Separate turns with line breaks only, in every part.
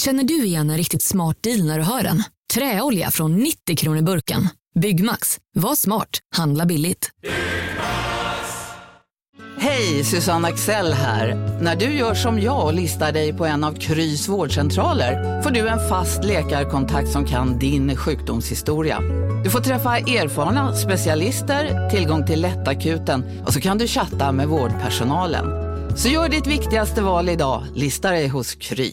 Känner du igen en riktigt smart deal när du hör den? Träolja från 90 kronor burken. Byggmax, var smart, handla billigt.
Hej, Susanne Axel här. När du gör som jag och listar dig på en av Krys vårdcentraler får du en fast läkarkontakt som kan din sjukdomshistoria. Du får träffa erfarna specialister, tillgång till lättakuten och så kan du chatta med vårdpersonalen. Så gör ditt viktigaste val idag, listar dig hos Kry.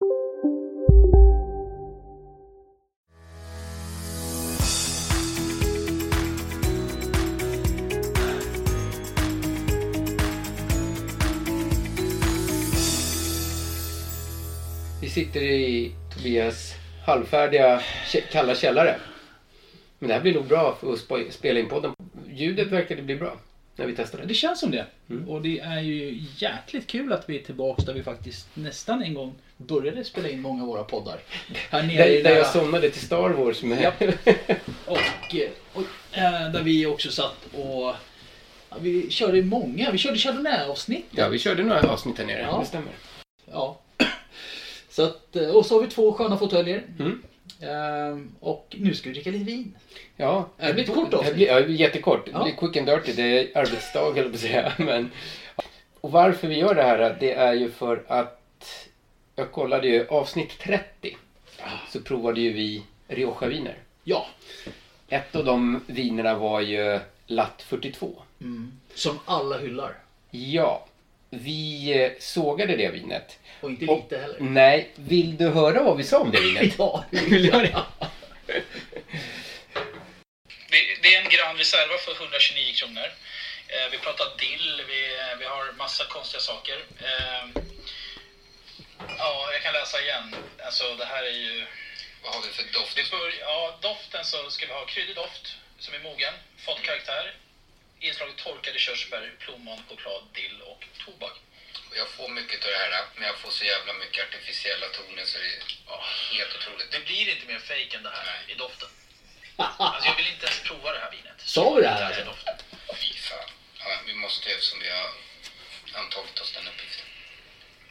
Vi sitter i Tobias halvfärdiga kä- kalla källare. Men det här blir nog bra för att spo- spela in podden. Ljudet verkade bli bra när vi testade.
Det känns som det. Och det är ju jäkligt kul att vi är tillbaka där vi faktiskt nästan en gång började spela in många av våra poddar. Här nere i
Där, där
där
jag somnade till Star Wars med...
och, eh, och eh, där vi också satt och ja, vi körde många, vi körde Chardonnay-avsnitt.
ja, vi körde några avsnitt här nere.
Ja.
Det stämmer.
Ja. Så att, eh, och så har vi två sköna fåtöljer.
Mm.
Ehm, och nu ska vi dricka lite vin.
Ja,
Det här blir ett kort
Det här
avsnitt.
blir, ja, det blir jättekort. Det
Ja.
blir quick and dirty. Det är arbetsdag, höll jag på att säga. Men, och varför vi gör det här, det är ju för att jag kollade ju avsnitt 30.
Ah.
Så provade ju vi Rioja-viner.
Ja,
Ett av de vinerna var ju Latt 42.
som alla hyllar.
Ja, vi eh, sågade det vinet.
Och Mm. inte lite heller.
Nej, vill du höra vad vi sa om det vinet?
Ja,
Vill du höra det?
Det, det är en Grand Reserva för 129 kronor. Eh, vi pratar dill, vi, vi har massa konstiga saker. Eh, ja, jag kan läsa igen. Alltså det här är ju... Vad har vi för doft? Det bör, ja, doften så ska vi ha kryddig doft som är mogen,
Mm.
fått karaktär. Inslaget torkade körsbär, plommon, choklad, dill och tobak.
Jag får mycket av det här, men jag får så jävla mycket artificiella toner så det är helt otroligt.
Det blir inte mer fejk än det här i doften. Alltså jag vill inte ens prova det här vinet.
Sa vi det här,
Den
alltså?
doften.
Fy fan. Ja, vi måste ju eftersom vi har antagit oss den uppgiften.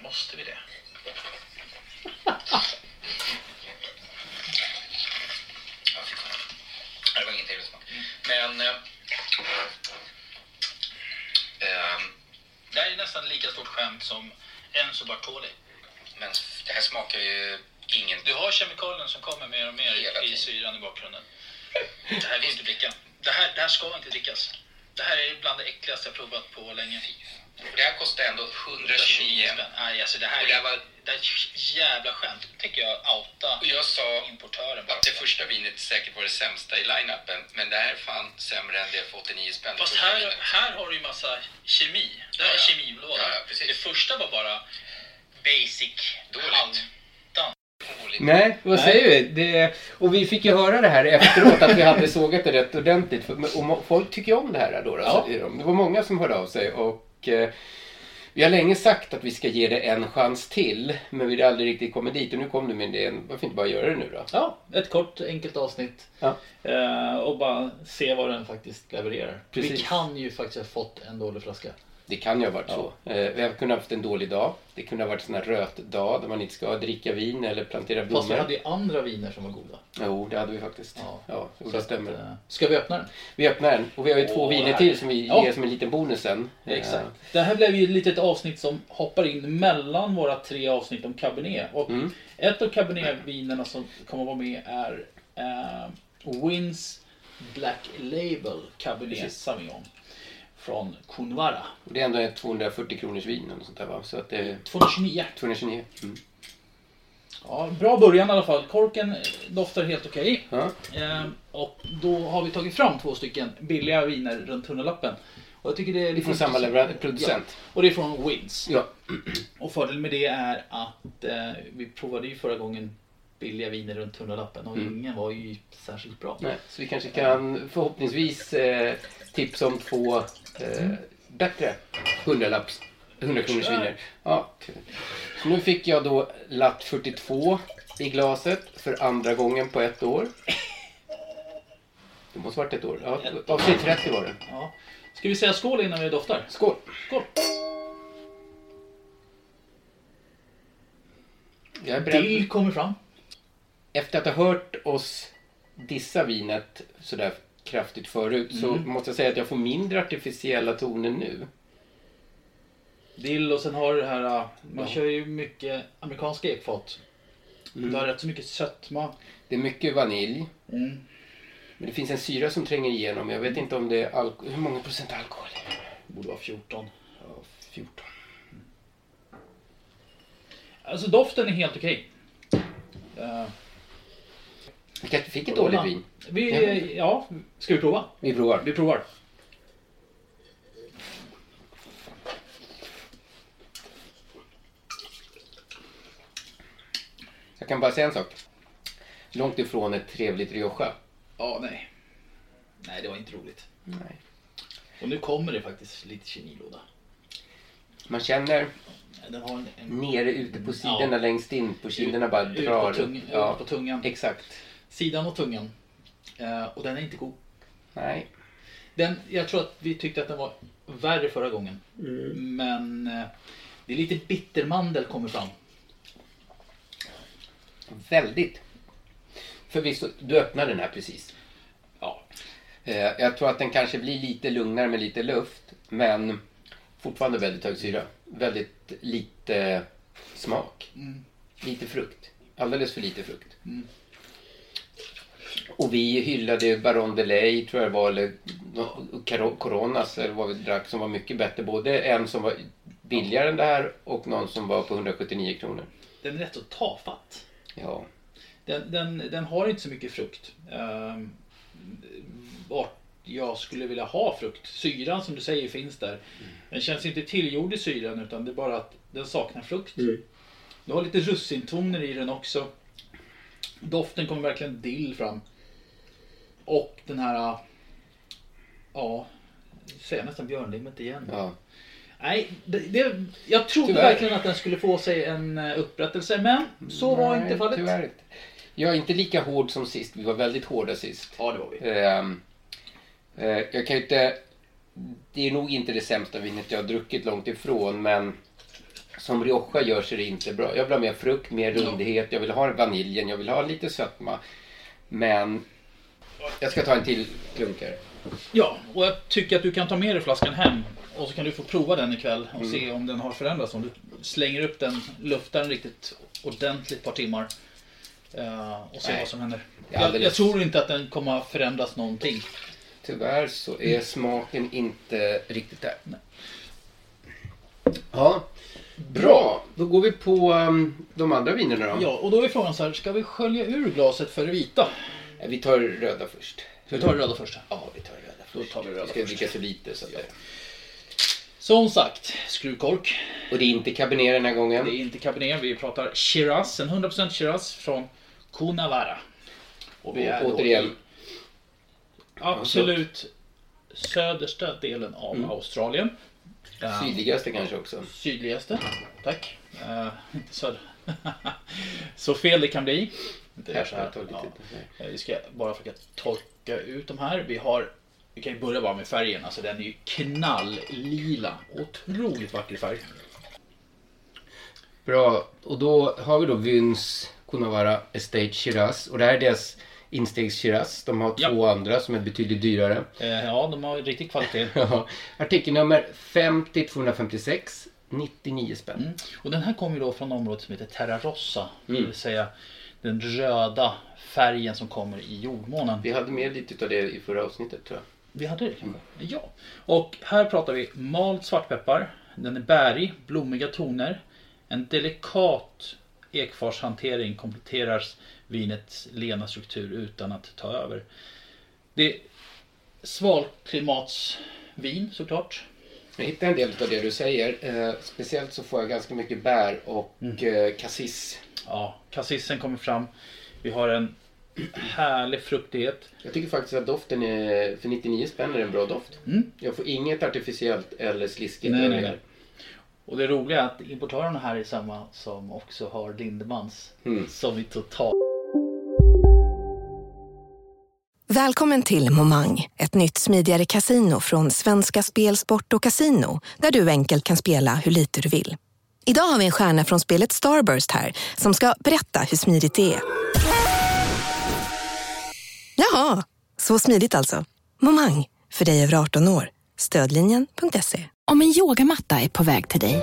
Måste vi det?
Ja, fy fan. Ja, Det var ingen trevlig smak. Men... Eh, ehm,
Det här är nästan lika stort skämt som Enzo Bartoli.
men det här smakar ju ingen...
Du har kemikalien som kommer mer och mer
Hela
i
tiden.
syran i bakgrunden. Det här vill du dricka. Det här, det här ska inte drickas. Det här är bland det äckligaste jag provat på länge.
Och det här kostar ändå 129
spänn. Nej, alltså det här
Och det här
är
var-
det här är ett jävla skämt. Nu tänker jag outa
Och jag sa
importören bara.
att det första vinet säkert var det sämsta i line-upen, men det här är fan sämre än det för 89 spänn.
Fast
första
här,
vinet.
här har du ju massa kemi. Det här är
Ja, ja.
kemilåda.
Ja, ja, precis.
det första var bara basic.
Dåligt.
Halvdan.
Nej, vad säger vi? Det, och vi fick ju höra det här efteråt att vi hade sågat det rätt ordentligt. För, men- och mo- folk tycker ju om det här då. då
Ja.
säger de. Det var många som hörde av sig. Och, eh, vi har länge sagt att vi ska ge det en chans till. Men vi har aldrig riktigt kommit dit. Och nu kom du med idén. Varför inte bara göra det nu då?
ja ett kort enkelt avsnitt.
Ja.
Eh, och bara se vad den faktiskt levererar. Vi
Precis.
kan ju faktiskt ha fått en dålig flaska.
Det kan ju ha varit så. Eh, vi har kunnat haft en dålig dag. Det kunde ha varit en sån här rötdag där man inte ska dricka vin eller plantera blommor.
Fast vi hade ju andra viner som var goda.
Jo, det hade vi faktiskt. Ja,
Ja.
jo, det
att,
stämmer.
eh, Ska vi öppna den?
Vi öppnar den. Och vi har ju två
Åh,
viner
härligt.
till som vi
Ja.
ger som en liten bonus sen.
Exakt.
Eh,
Det här blev ju ett litet avsnitt som hoppar in mellan våra tre avsnitt om Cabernet. Och
Mm.
ett av Cabernet-vinerna som kommer att vara med är eh, Wins Black Label Cabernet Sauvignon. Från Kunwara.
Och det är ändå ett 240 kronors vin eller något sånt där va? Så att det är
229.
229. Mm.
Ja, bra början i alla fall. Korken eh, doftar helt okej.
Ja.
Ehm, och då har vi tagit fram två stycken billiga viner runt hundralappen. Och jag tycker det är lite
Från samma
intressant.
leveran- producent.
Ja, och det är från Wins.
Ja.
Och fördelen med det är att eh, vi provade ju förra gången billiga viner runt hundralappen och ingen var ju särskilt bra.
Nej. Så vi kanske
Mm.
kan förhoppningsvis eh, tipsa om två eh, bättre hundralapps, 100 kronors viner. Ja, kul. Så nu fick jag då latt 42 i glaset för andra gången på ett år. Det måste varit ett år. Ja, avsnitt 30 var det.
Ja. Ska vi säga skål innan vi doftar?
Skål!
Skål!
Jag är beredd.
Dill kommer fram.
Efter att ha hört oss dissa vinet sådär kraftigt förut så
Mm.
måste jag säga att jag får mindre artificiella toner nu.
Dill och sen har du det här, äh, man kör ju mycket amerikanska ekfat. Du har rätt så mycket sötma.
Det är mycket vanilj.
Mm.
Men det finns en syra som tränger igenom. Jag vet inte om det är alko- Hur många procent alkohol är det?
Borde vara 14.
Ja, 14.
Alltså doften är helt okej. Eh,
Vi kanske fick ett dåligt vin.
Vi, eh, ja, ska vi prova?
Vi provar.
Vi provar.
Jag kan bara säga en sak. Långt ifrån ett trevligt Rioja.
Ja, nej. Nej, det var inte roligt.
Nej.
Och nu kommer det faktiskt lite kinilåda.
Man känner
Den har en, en
nere ute på sidorna
Ja.
längst in på kinderna bara
Ut på
drar.
tung- ut på tungan.
Exakt.
sidan och tungan. Eh, och den är inte god.
Nej.
Den, jag tror att vi tyckte att den var värre förra gången. Men eh, det är lite bittermandel kommer fram.
Väldigt. Förvisso, du öppnar den här precis.
Ja.
Eh, Jag tror att den kanske blir lite lugnare med lite luft. Men fortfarande väldigt hög syra. Väldigt lite smak. Lite frukt. Alldeles för lite frukt. Och vi hyllade Baron Delay, tror jag det var, eller Cor- Coronas, eller vad vi drack, som var mycket bättre. Både en som var billigare än det här och någon som var på 179 kronor.
Den är rätt så tafatt.
Ja,
Den, den, den har inte så mycket frukt. Ehm, vart jag skulle vilja ha frukt. Syran som du säger finns där.
Mm.
Den känns inte tillgjord i syran utan det är bara att den saknar frukt.
Mm.
Du har lite russintoner i den också. Doften kommer verkligen dill fram. Och den här, ja, säger jag nästan björnlimmet igen.
ja.
Nej, det, det, jag trodde
Tyvärr.
verkligen att den skulle få sig en eh, upprättelse men så var
Nej,
inte fallet.
Tyvärr inte. Jag är inte lika hård som sist. Vi var väldigt hårda sist.
Ja, det var vi.
Ehm, eh, jag kan ju inte... Det är nog inte det sämsta vinet jag har druckit långt ifrån, men som Rioja gör så är det inte bra. Jag vill ha mer frukt, mer rundhet, jag vill ha vaniljen, jag vill ha lite sötma. Men... Jag ska ta en till klunk här.
Ja, och jag tycker att du kan ta med dig flaskan hem och så kan du få prova den ikväll och
Mm.
se om den har förändrats. Om du slänger upp den, luftar den riktigt ordentligt ett par timmar eh, och se
Nej.
vad som händer.
Det är
Jag,
alldeles-
jag tror inte att den kommer att förändras någonting.
Tyvärr så
Mm.
är smaken inte riktigt där. Ja, bra. Då går vi på ehm, de andra vinerna då.
Ja, och då är frågan så här, ska vi skölja ur glaset för det vita?
Nej, Eh, Vi tar röda först. Mm.
Ska vi ta det röda först?
Ja, vi tar röda först.
Då tar vi röda
vi ska
först.
dricka så lite så att det...
Som sagt, skruvkork.
Och det är inte Cabernet den här gången.
Det är inte Cabernet, vi pratar Shiraz, en 100% Shiraz från Cunavara. Och vi är
Och
då
återigen,
Absolut södersta delen av Australien. Eh,
sydligaste kanske också.
sydligaste. Tack. Eh, inte söder. så fel det kan bli. Det är så här.
Jag tar lite
Ja.
till här.
Eh, Vi ska bara försöka torka ut de här. Vi har vi kan ju börja bara med färgen. Alltså den är ju knalllila. Otroligt vacker färg.
Bra, och då har vi då Vyns Kunavara Estate Shiraz. Och det här är deras instegs Shiraz. De har
Ja.
två andra som är betydligt dyrare.
Eh, Ja, de har ju riktig kvalitet.
Ja. Artikelnummer 50 256 99 spänn.
Mm. Och den här kommer ju då från området som heter Terra Rossa. Det vill säga den röda färgen som kommer i jordmånen.
Vi hade med lite av det i förra avsnittet tror jag.
Vi hade det kanske? Ja. Och här pratar vi malt svartpeppar. Den är bärig, blommiga toner. En delikat ekfarshantering kompletterar vinets lena struktur utan att ta över. Det är svalklimatsvin såklart.
Jag hittar en del av det du säger. Eh, speciellt så får jag ganska mycket bär och eh, kassis.
Ja, kassissen kommer fram. Vi har en härlig fruktighet.
Jag tycker faktiskt att doften är, för 99 spänn är det en bra doft. Jag får inget artificiellt eller sliskigt
Nej,
över
nej,
det
nej.
här.
Och det roliga är att importörerna här är samma som också har Lindemans.
Mm.
Som vi totalt
Välkommen till Momang, ett nytt smidigare kasino från Svenska Spel, Sport och Casino där du enkelt kan spela hur lite du vill. Idag har vi en stjärna från spelet Starburst här som ska berätta hur smidigt det är. Jaha, så smidigt alltså. Momang, för dig över 18 år. Stödlinjen.se.
Om en yogamatta är på väg till dig,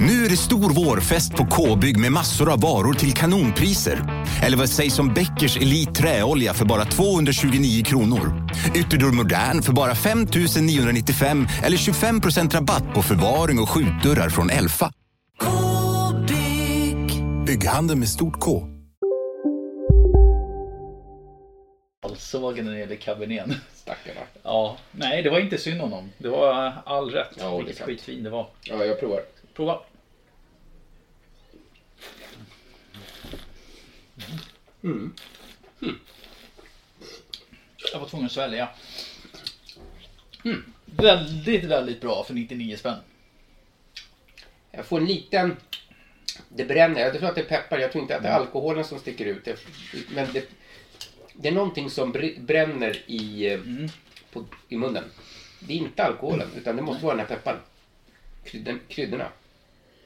Nu är det stor vårfest på K-bygg med massor av varor till kanonpriser. Eller vad sägs om Bäckers Elite Träolja för bara 229 kronor? Ytterdörr Modern för bara 5 995 eller 25 rabatt på förvaring och skjutdörrar från Elfa. K-bygg. Bygghandeln med stort K.
såg när det gäller kabinén.
Stackarna.
Ja, nej det var inte synd om dem. Det var all rätt.
Ja, det är
Vilket
sant.
skitfin det var.
Ja, jag provar.
Prova. Jag var tvungen att svälja. Väldigt, väldigt bra för 99 spänn.
Jag får en liten... Det bränner. Jag tror att det är peppar. Jag tror inte att det är alkoholen som sticker ut. Det- Men det, det är någonting som br- bränner i, eh, på, i munnen. Det är inte alkoholen, utan det måste vara den här pepparn. Krydden, kryddorna.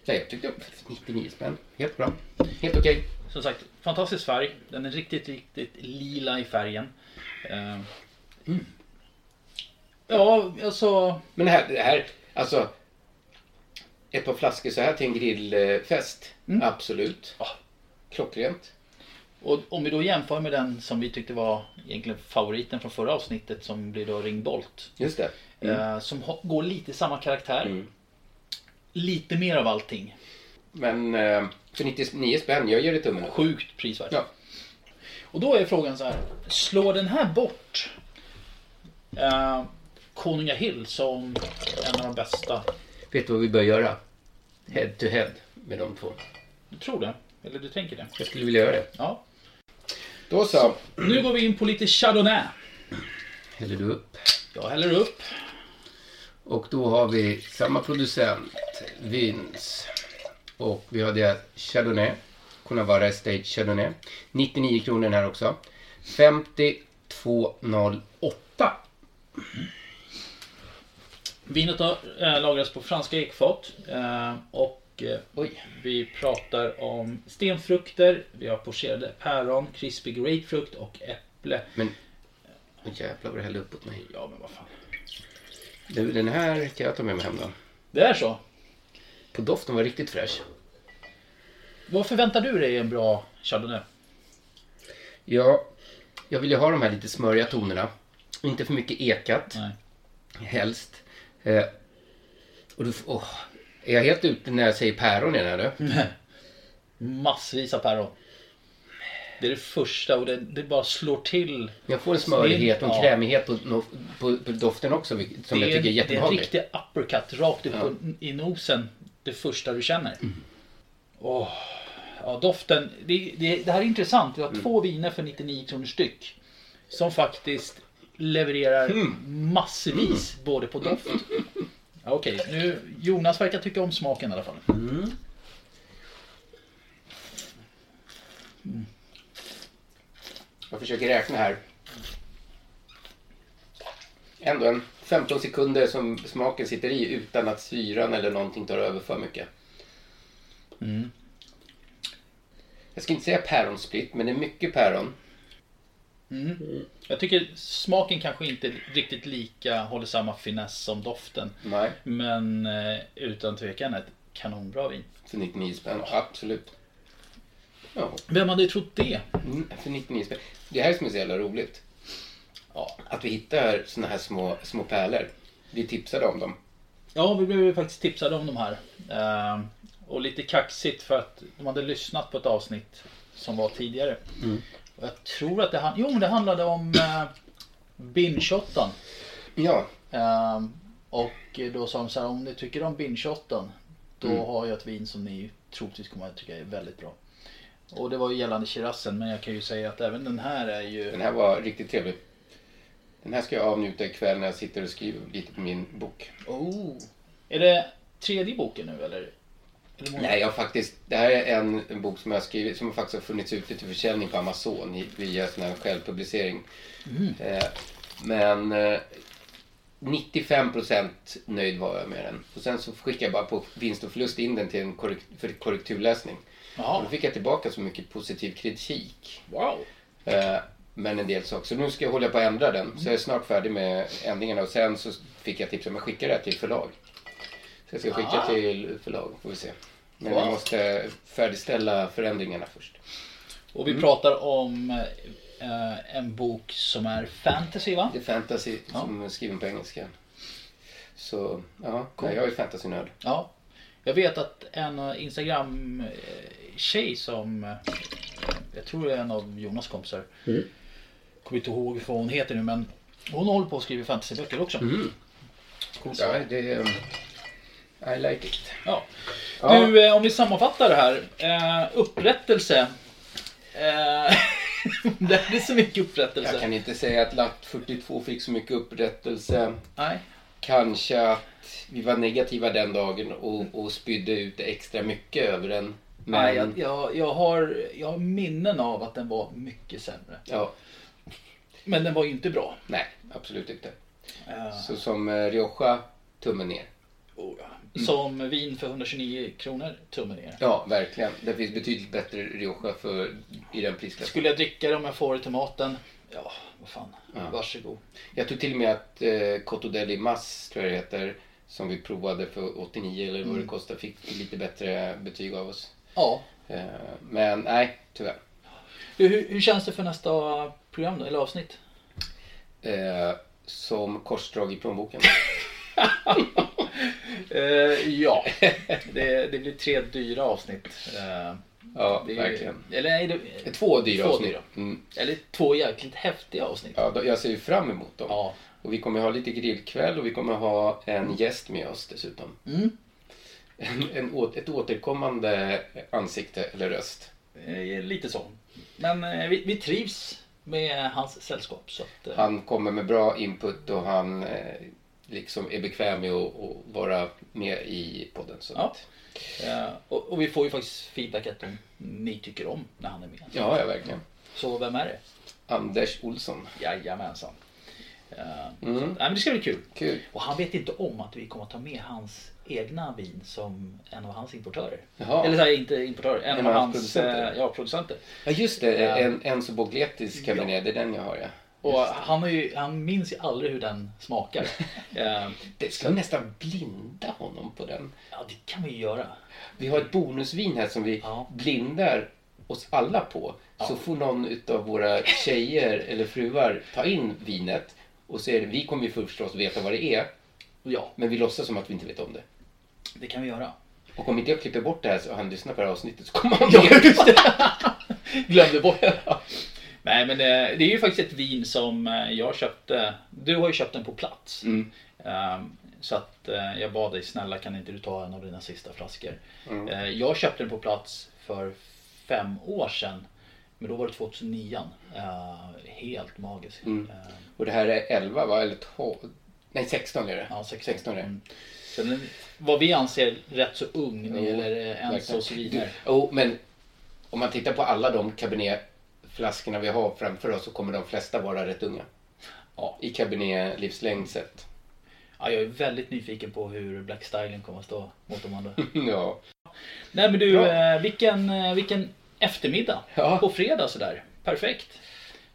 Nej, jag tyckte 99 spänn. Helt bra. Helt okej.
Som sagt, fantastisk färg. Den är riktigt, riktigt lila i färgen. Eh, Ja, alltså.
Men det här, det här, alltså. Ett par flaskor så här till en grillfest. Absolut.
Ja.
Klockrent.
Och om vi då jämför med den som vi tyckte var egentligen favoriten från förra avsnittet som blir då Ringbolt.
Just det.
Eh, som ha- går lite samma karaktär.
Mm.
Lite mer av allting.
Men eh, för 99 spänn, jag ger det tummen upp.
Sjukt prisvärt.
Ja.
Och då är frågan så här. Slår den här bort eh, Konungahill som en av de bästa?
Vet du vad vi bör göra? Head to head med de två.
Du tror det? Eller du tänker det?
Jag skulle vilja göra det.
Ja.
Då så.
Nu går vi in på lite Chardonnay.
Häller du upp.
Jag häller upp.
Och då har vi samma producent, Vins. Och vi har det Chardonnay. Cunavara Estate Chardonnay. 99 kronor den här också. 5208.
Vinet har eh, lagrats på franska ekfat. Eh, och eh, oj, vi pratar om stenfrukter. Vi har pocherade päron, krispig grapefrukt och äpple.
Men... Åh, jävlar vad det hällde upp åt mig.
Ja, men vad fan.
Du, den här kan jag ta med mig hem då.
Det är så.
På doften var riktigt fräsch.
Vad förväntar du dig i en bra chardonnay?
Ja, jag vill ju ha de här lite smöriga tonerna. Inte för mycket ekat.
Nej.
Helst. Eh, och då, åh, är jag helt ute när jag säger päron i den här nu?
Mm. Massvis av päron. Det är det första och det, det bara slår till.
Jag får en smörighet och en
Ja.
krämighet på, no- på, på doften också vilket- som jag
det,
tycker är
det är en
jättebehaglig.
riktig uppercut rakt upp på- i nosen. Det första du känner.
Mm.
Åh, ja, doften. Det, det, det här är intressant. Vi har
Mm.
två viner för 99 kronor styck. Som faktiskt levererar
Mm.
massvis både på doft. Ja, Okej, nu Jonas verkar tycka om smaken i alla fall.
Jag försöker räkna här. Ändå en 15 sekunder som smaken sitter i utan att syran eller någonting tar över för mycket. Mm. Jag ska inte säga päronsplitt, men det är mycket päron.
Jag tycker smaken kanske inte riktigt lika håller samma finess som doften.
Nej.
Men eh, utan tvekan ett kanonbra vin.
För 99 spänn, absolut. Ja,
Vem hade trott det?
mm, för 99 spänn. Det här är som är så jävla roligt. Att vi hittar såna här små, små pärlor. Vi tipsade om dem.
Ja, vi blev ju faktiskt tipsade om de här. Ehm, och lite kaxigt för att de hade lyssnat på ett avsnitt som var tidigare.
Mm.
Och jag tror att det, han- jo, men det handlade om eh, binge-shottan.
Ja.
Ehm, och då sa de så här, om ni tycker om binge-shottan då
Mm.
har jag ett vin som ni troligtvis kommer att tycka är väldigt bra. Och det var ju gällande Shirazen men jag kan ju säga att även den här är ju...
Den här var riktigt trevlig. Den här ska jag avnjuta ikväll när jag sitter och skriver lite på min bok.
Oh. Är det tredje boken nu eller? eller många?
Nej, jag har faktiskt, det här är en, en bok som jag har skrivit som faktiskt har funnits ute till försäljning på Amazon i- via sån här självpublicering.
Mm.
Eh, men eh, 95% nöjd var jag med den. Och sen så skickade jag bara på vinst och förlust in den till en korrekt, för korrekturläsning.
Jaha.
Och då fick jag tillbaka så mycket positiv kritik.
Wow.
Eh, men en del saker. Så nu ska jag hålla på att ändra den. Så jag är snart färdig med ändringarna. Och sen så fick jag tips om att skicka det här till förlag. Så jag ska skicka
Ah.
till förlag, får vi se. Men
Wow.
jag måste färdigställa förändringarna först.
Och
Mm.
vi pratar om eh, en bok som är fantasy va?
Det är fantasy som är skriven på engelska. Så, ja. Nej, jag är fantasynörd.
Ja. Jag vet att en Instagram-tjej som, eh, jag tror det är en av Jonas kompisar,
Mm.
kommer inte ihåg vad hon heter nu men hon håller på att skriva fantasyböcker också.
Mm.
Coolt.
Ja, det är... um, I like it.
Ja.
Ja.
Du, eh, om vi sammanfattar det här. Eh, upprättelse. Eh, det är så mycket upprättelse.
Jag kan inte säga att Latt 42 fick så mycket upprättelse.
Nej.
Kanske att vi var negativa den dagen och, och spydde ut extra mycket över den. Men,
Nej, jag, jag, jag, har, jag har minnen av att den var mycket sämre.
Ja,
Men den var ju inte bra.
nej, absolut inte.
Eh,
Så som eh, Rioja, tummen ner.
oh, ja.
Mm.
Som vin för 129 kronor, tummen ner.
Ja, verkligen. Det finns betydligt bättre Rioja för, i den prisklassen.
Skulle jag dricka det om jag får det till maten? Ja, vad fan.
Ja.
Varsågod.
Jag tror till och med att eh, Coto deli Mas, tror jag det heter, som vi provade för 89 eller vad det
Mm.
kostar, fick lite bättre betyg av oss.
Ja.
Eh, men nej, tyvärr.
Du, hur, hur känns det för nästa program då, eller avsnitt?
Eh, som korsdrag i plånboken. Eh,
ja, det, det blir tre dyra avsnitt. Eh,
Ja,
det är-
verkligen.
Eller nej, det,
Två dyra avsnitt.
dyra.
Mm.
Eller två jäkligt häftiga avsnitt.
Ja, då- jag ser ju fram emot dem.
Ja.
Och vi kommer ha lite grillkväll och vi kommer ha en gäst med oss dessutom.
Mm.
En, en, å- ett återkommande ansikte eller röst.
Eh, Lite så. Men eh, vi, vi trivs med hans sällskap. Så att, eh,
Han kommer med bra input och han eh, liksom är bekväm med att att vara med i podden. Så
Ja.
att,
eh, och, och vi får ju faktiskt feedback att de, ni tycker om när han är med.
ja, ja, verkligen.
Så vem är det?
Anders Olsson.
Jajamensan. Eh,
Mm.
så, nej, men det ska bli kul.
Kul.
Och han vet inte om att vi kommer att ta med hans egna vin som en av hans importörer.
Jaha.
Eller så här, inte importörer, en, av hans producenter.
producenter.
Ja, producenter.
Ja, just
Ja.
det. Eh, En, en Bogletis cabernet, det är den jag har ja.
Och han, har ju, han minns ju aldrig hur den smakar. Eh,
Det ska nästan blinda honom på den.
ja, det kan vi ju göra.
Vi har ett bonusvin här som vi
Ja.
blindar oss alla på. Så får någon utav våra tjejer eller fruar ta in vinet och så är det, vi kommer ju förstås veta vad det är,
Ja,
men vi låtsas som att vi inte vet om det.
det kan vi göra.
Och om inte jag klipper bort det här så och han lyssnar på det här avsnittet så kommer han med.
Glömde bort det. Nej men eh, det, det är ju faktiskt ett vin som eh, jag köpte. Du har ju köpt den på plats.
Mm.
Ehm, Så att eh, jag bad dig snälla kan inte du ta en av dina sista flaskor.
Mm.
Eh, Jag köpte den på plats för fem år sedan. Men då var det 2009. Eh, Helt magisk.
Mm.
Eh,
Och det här är 11 va? Eller 12? Nej 16 är det.
Ja, 16.
är det.
Mm. Så den, vad vi anser rätt så ung när det
Jo,
gäller eh, ens
verkligen.
och så vidare.
Du, jo, men om man tittar på alla de cabernetflaskorna vi har framför oss så kommer de flesta vara rätt unga.
Ja.
I cabernet-livslängd sett.
Ja, jag är väldigt nyfiken på hur Black Styling kommer att stå mot de andra.
ja.
Nej men du,
Bra.
eh, vilken, eh, vilken eftermiddag
Ja.
på fredag sådär. Perfekt.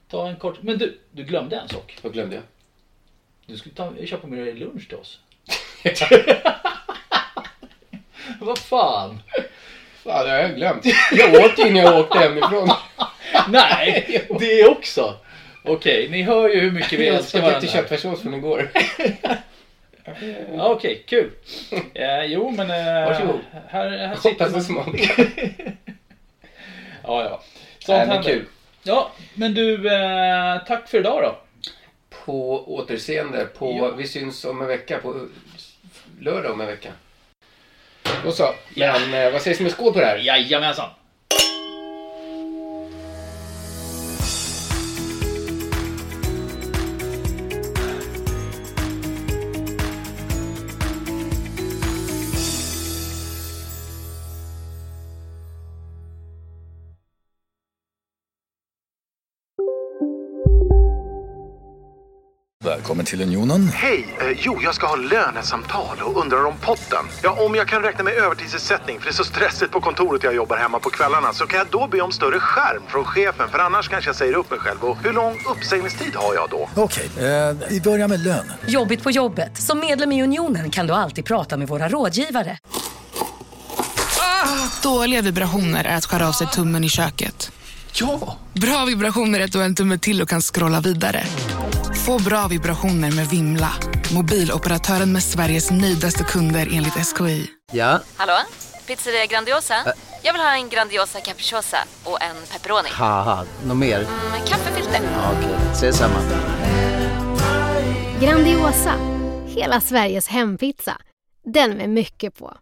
Ta en kort... Men du, du glömde en sak.
Vad glömde jag?
Du skulle ta, köpa med dig lunch till oss. Vad fan?
Fan, det har jag glömt. Jag åt ju innan jag åkte hemifrån.
Nej, det också.
Okej, ni hör ju hur mycket vi
Jag
älskar
spagetti
varandra. här.
köttfärssås från igår.
Ja, Okej, kul. Eh, jo, men... Eh,
Varsågod.
Här, här sitter
Hoppas det
man.
smakar.
Ja, ja. Sånt
Nej, men
händer.
kul.
Ja, men du, eh, tack för idag då.
På återseende. På,
Ja.
Vi syns om en vecka. På lördag om en vecka. Då så. Men eh, vad sägs om en skål på det här?
Jajamensan.
Välkommen till Unionen.
Hej! Eh, jo, jag ska ha lönesamtal och undrar om potten. Ja, om jag kan räkna med övertidsersättning för det är så stressigt på kontoret jag jobbar hemma på kvällarna så kan jag då be om större skärm från chefen för annars kanske jag säger upp mig själv. Och hur lång uppsägningstid har jag då?
Okej, eh, vi börjar med lön.
Jobbigt på jobbet. Som medlem i Unionen kan du alltid prata med våra rådgivare.
Ah, Dåliga vibrationer är att skära av sig tummen i köket. Ja! Bra vibrationer är att du har en tumme till och kan scrolla vidare. Få bra vibrationer med Vimla. Mobiloperatören med Sveriges nöjdaste kunder enligt SKI.
Ja,
Hallå? Pizzeria Grandiosa?
Ä-
Jag vill ha en Grandiosa capriciosa och en pepperoni.
haha, något mer?
Med kaffefilter.
Ja, Okej, ses samma.
Grandiosa, hela Sveriges hempizza. Den med mycket på.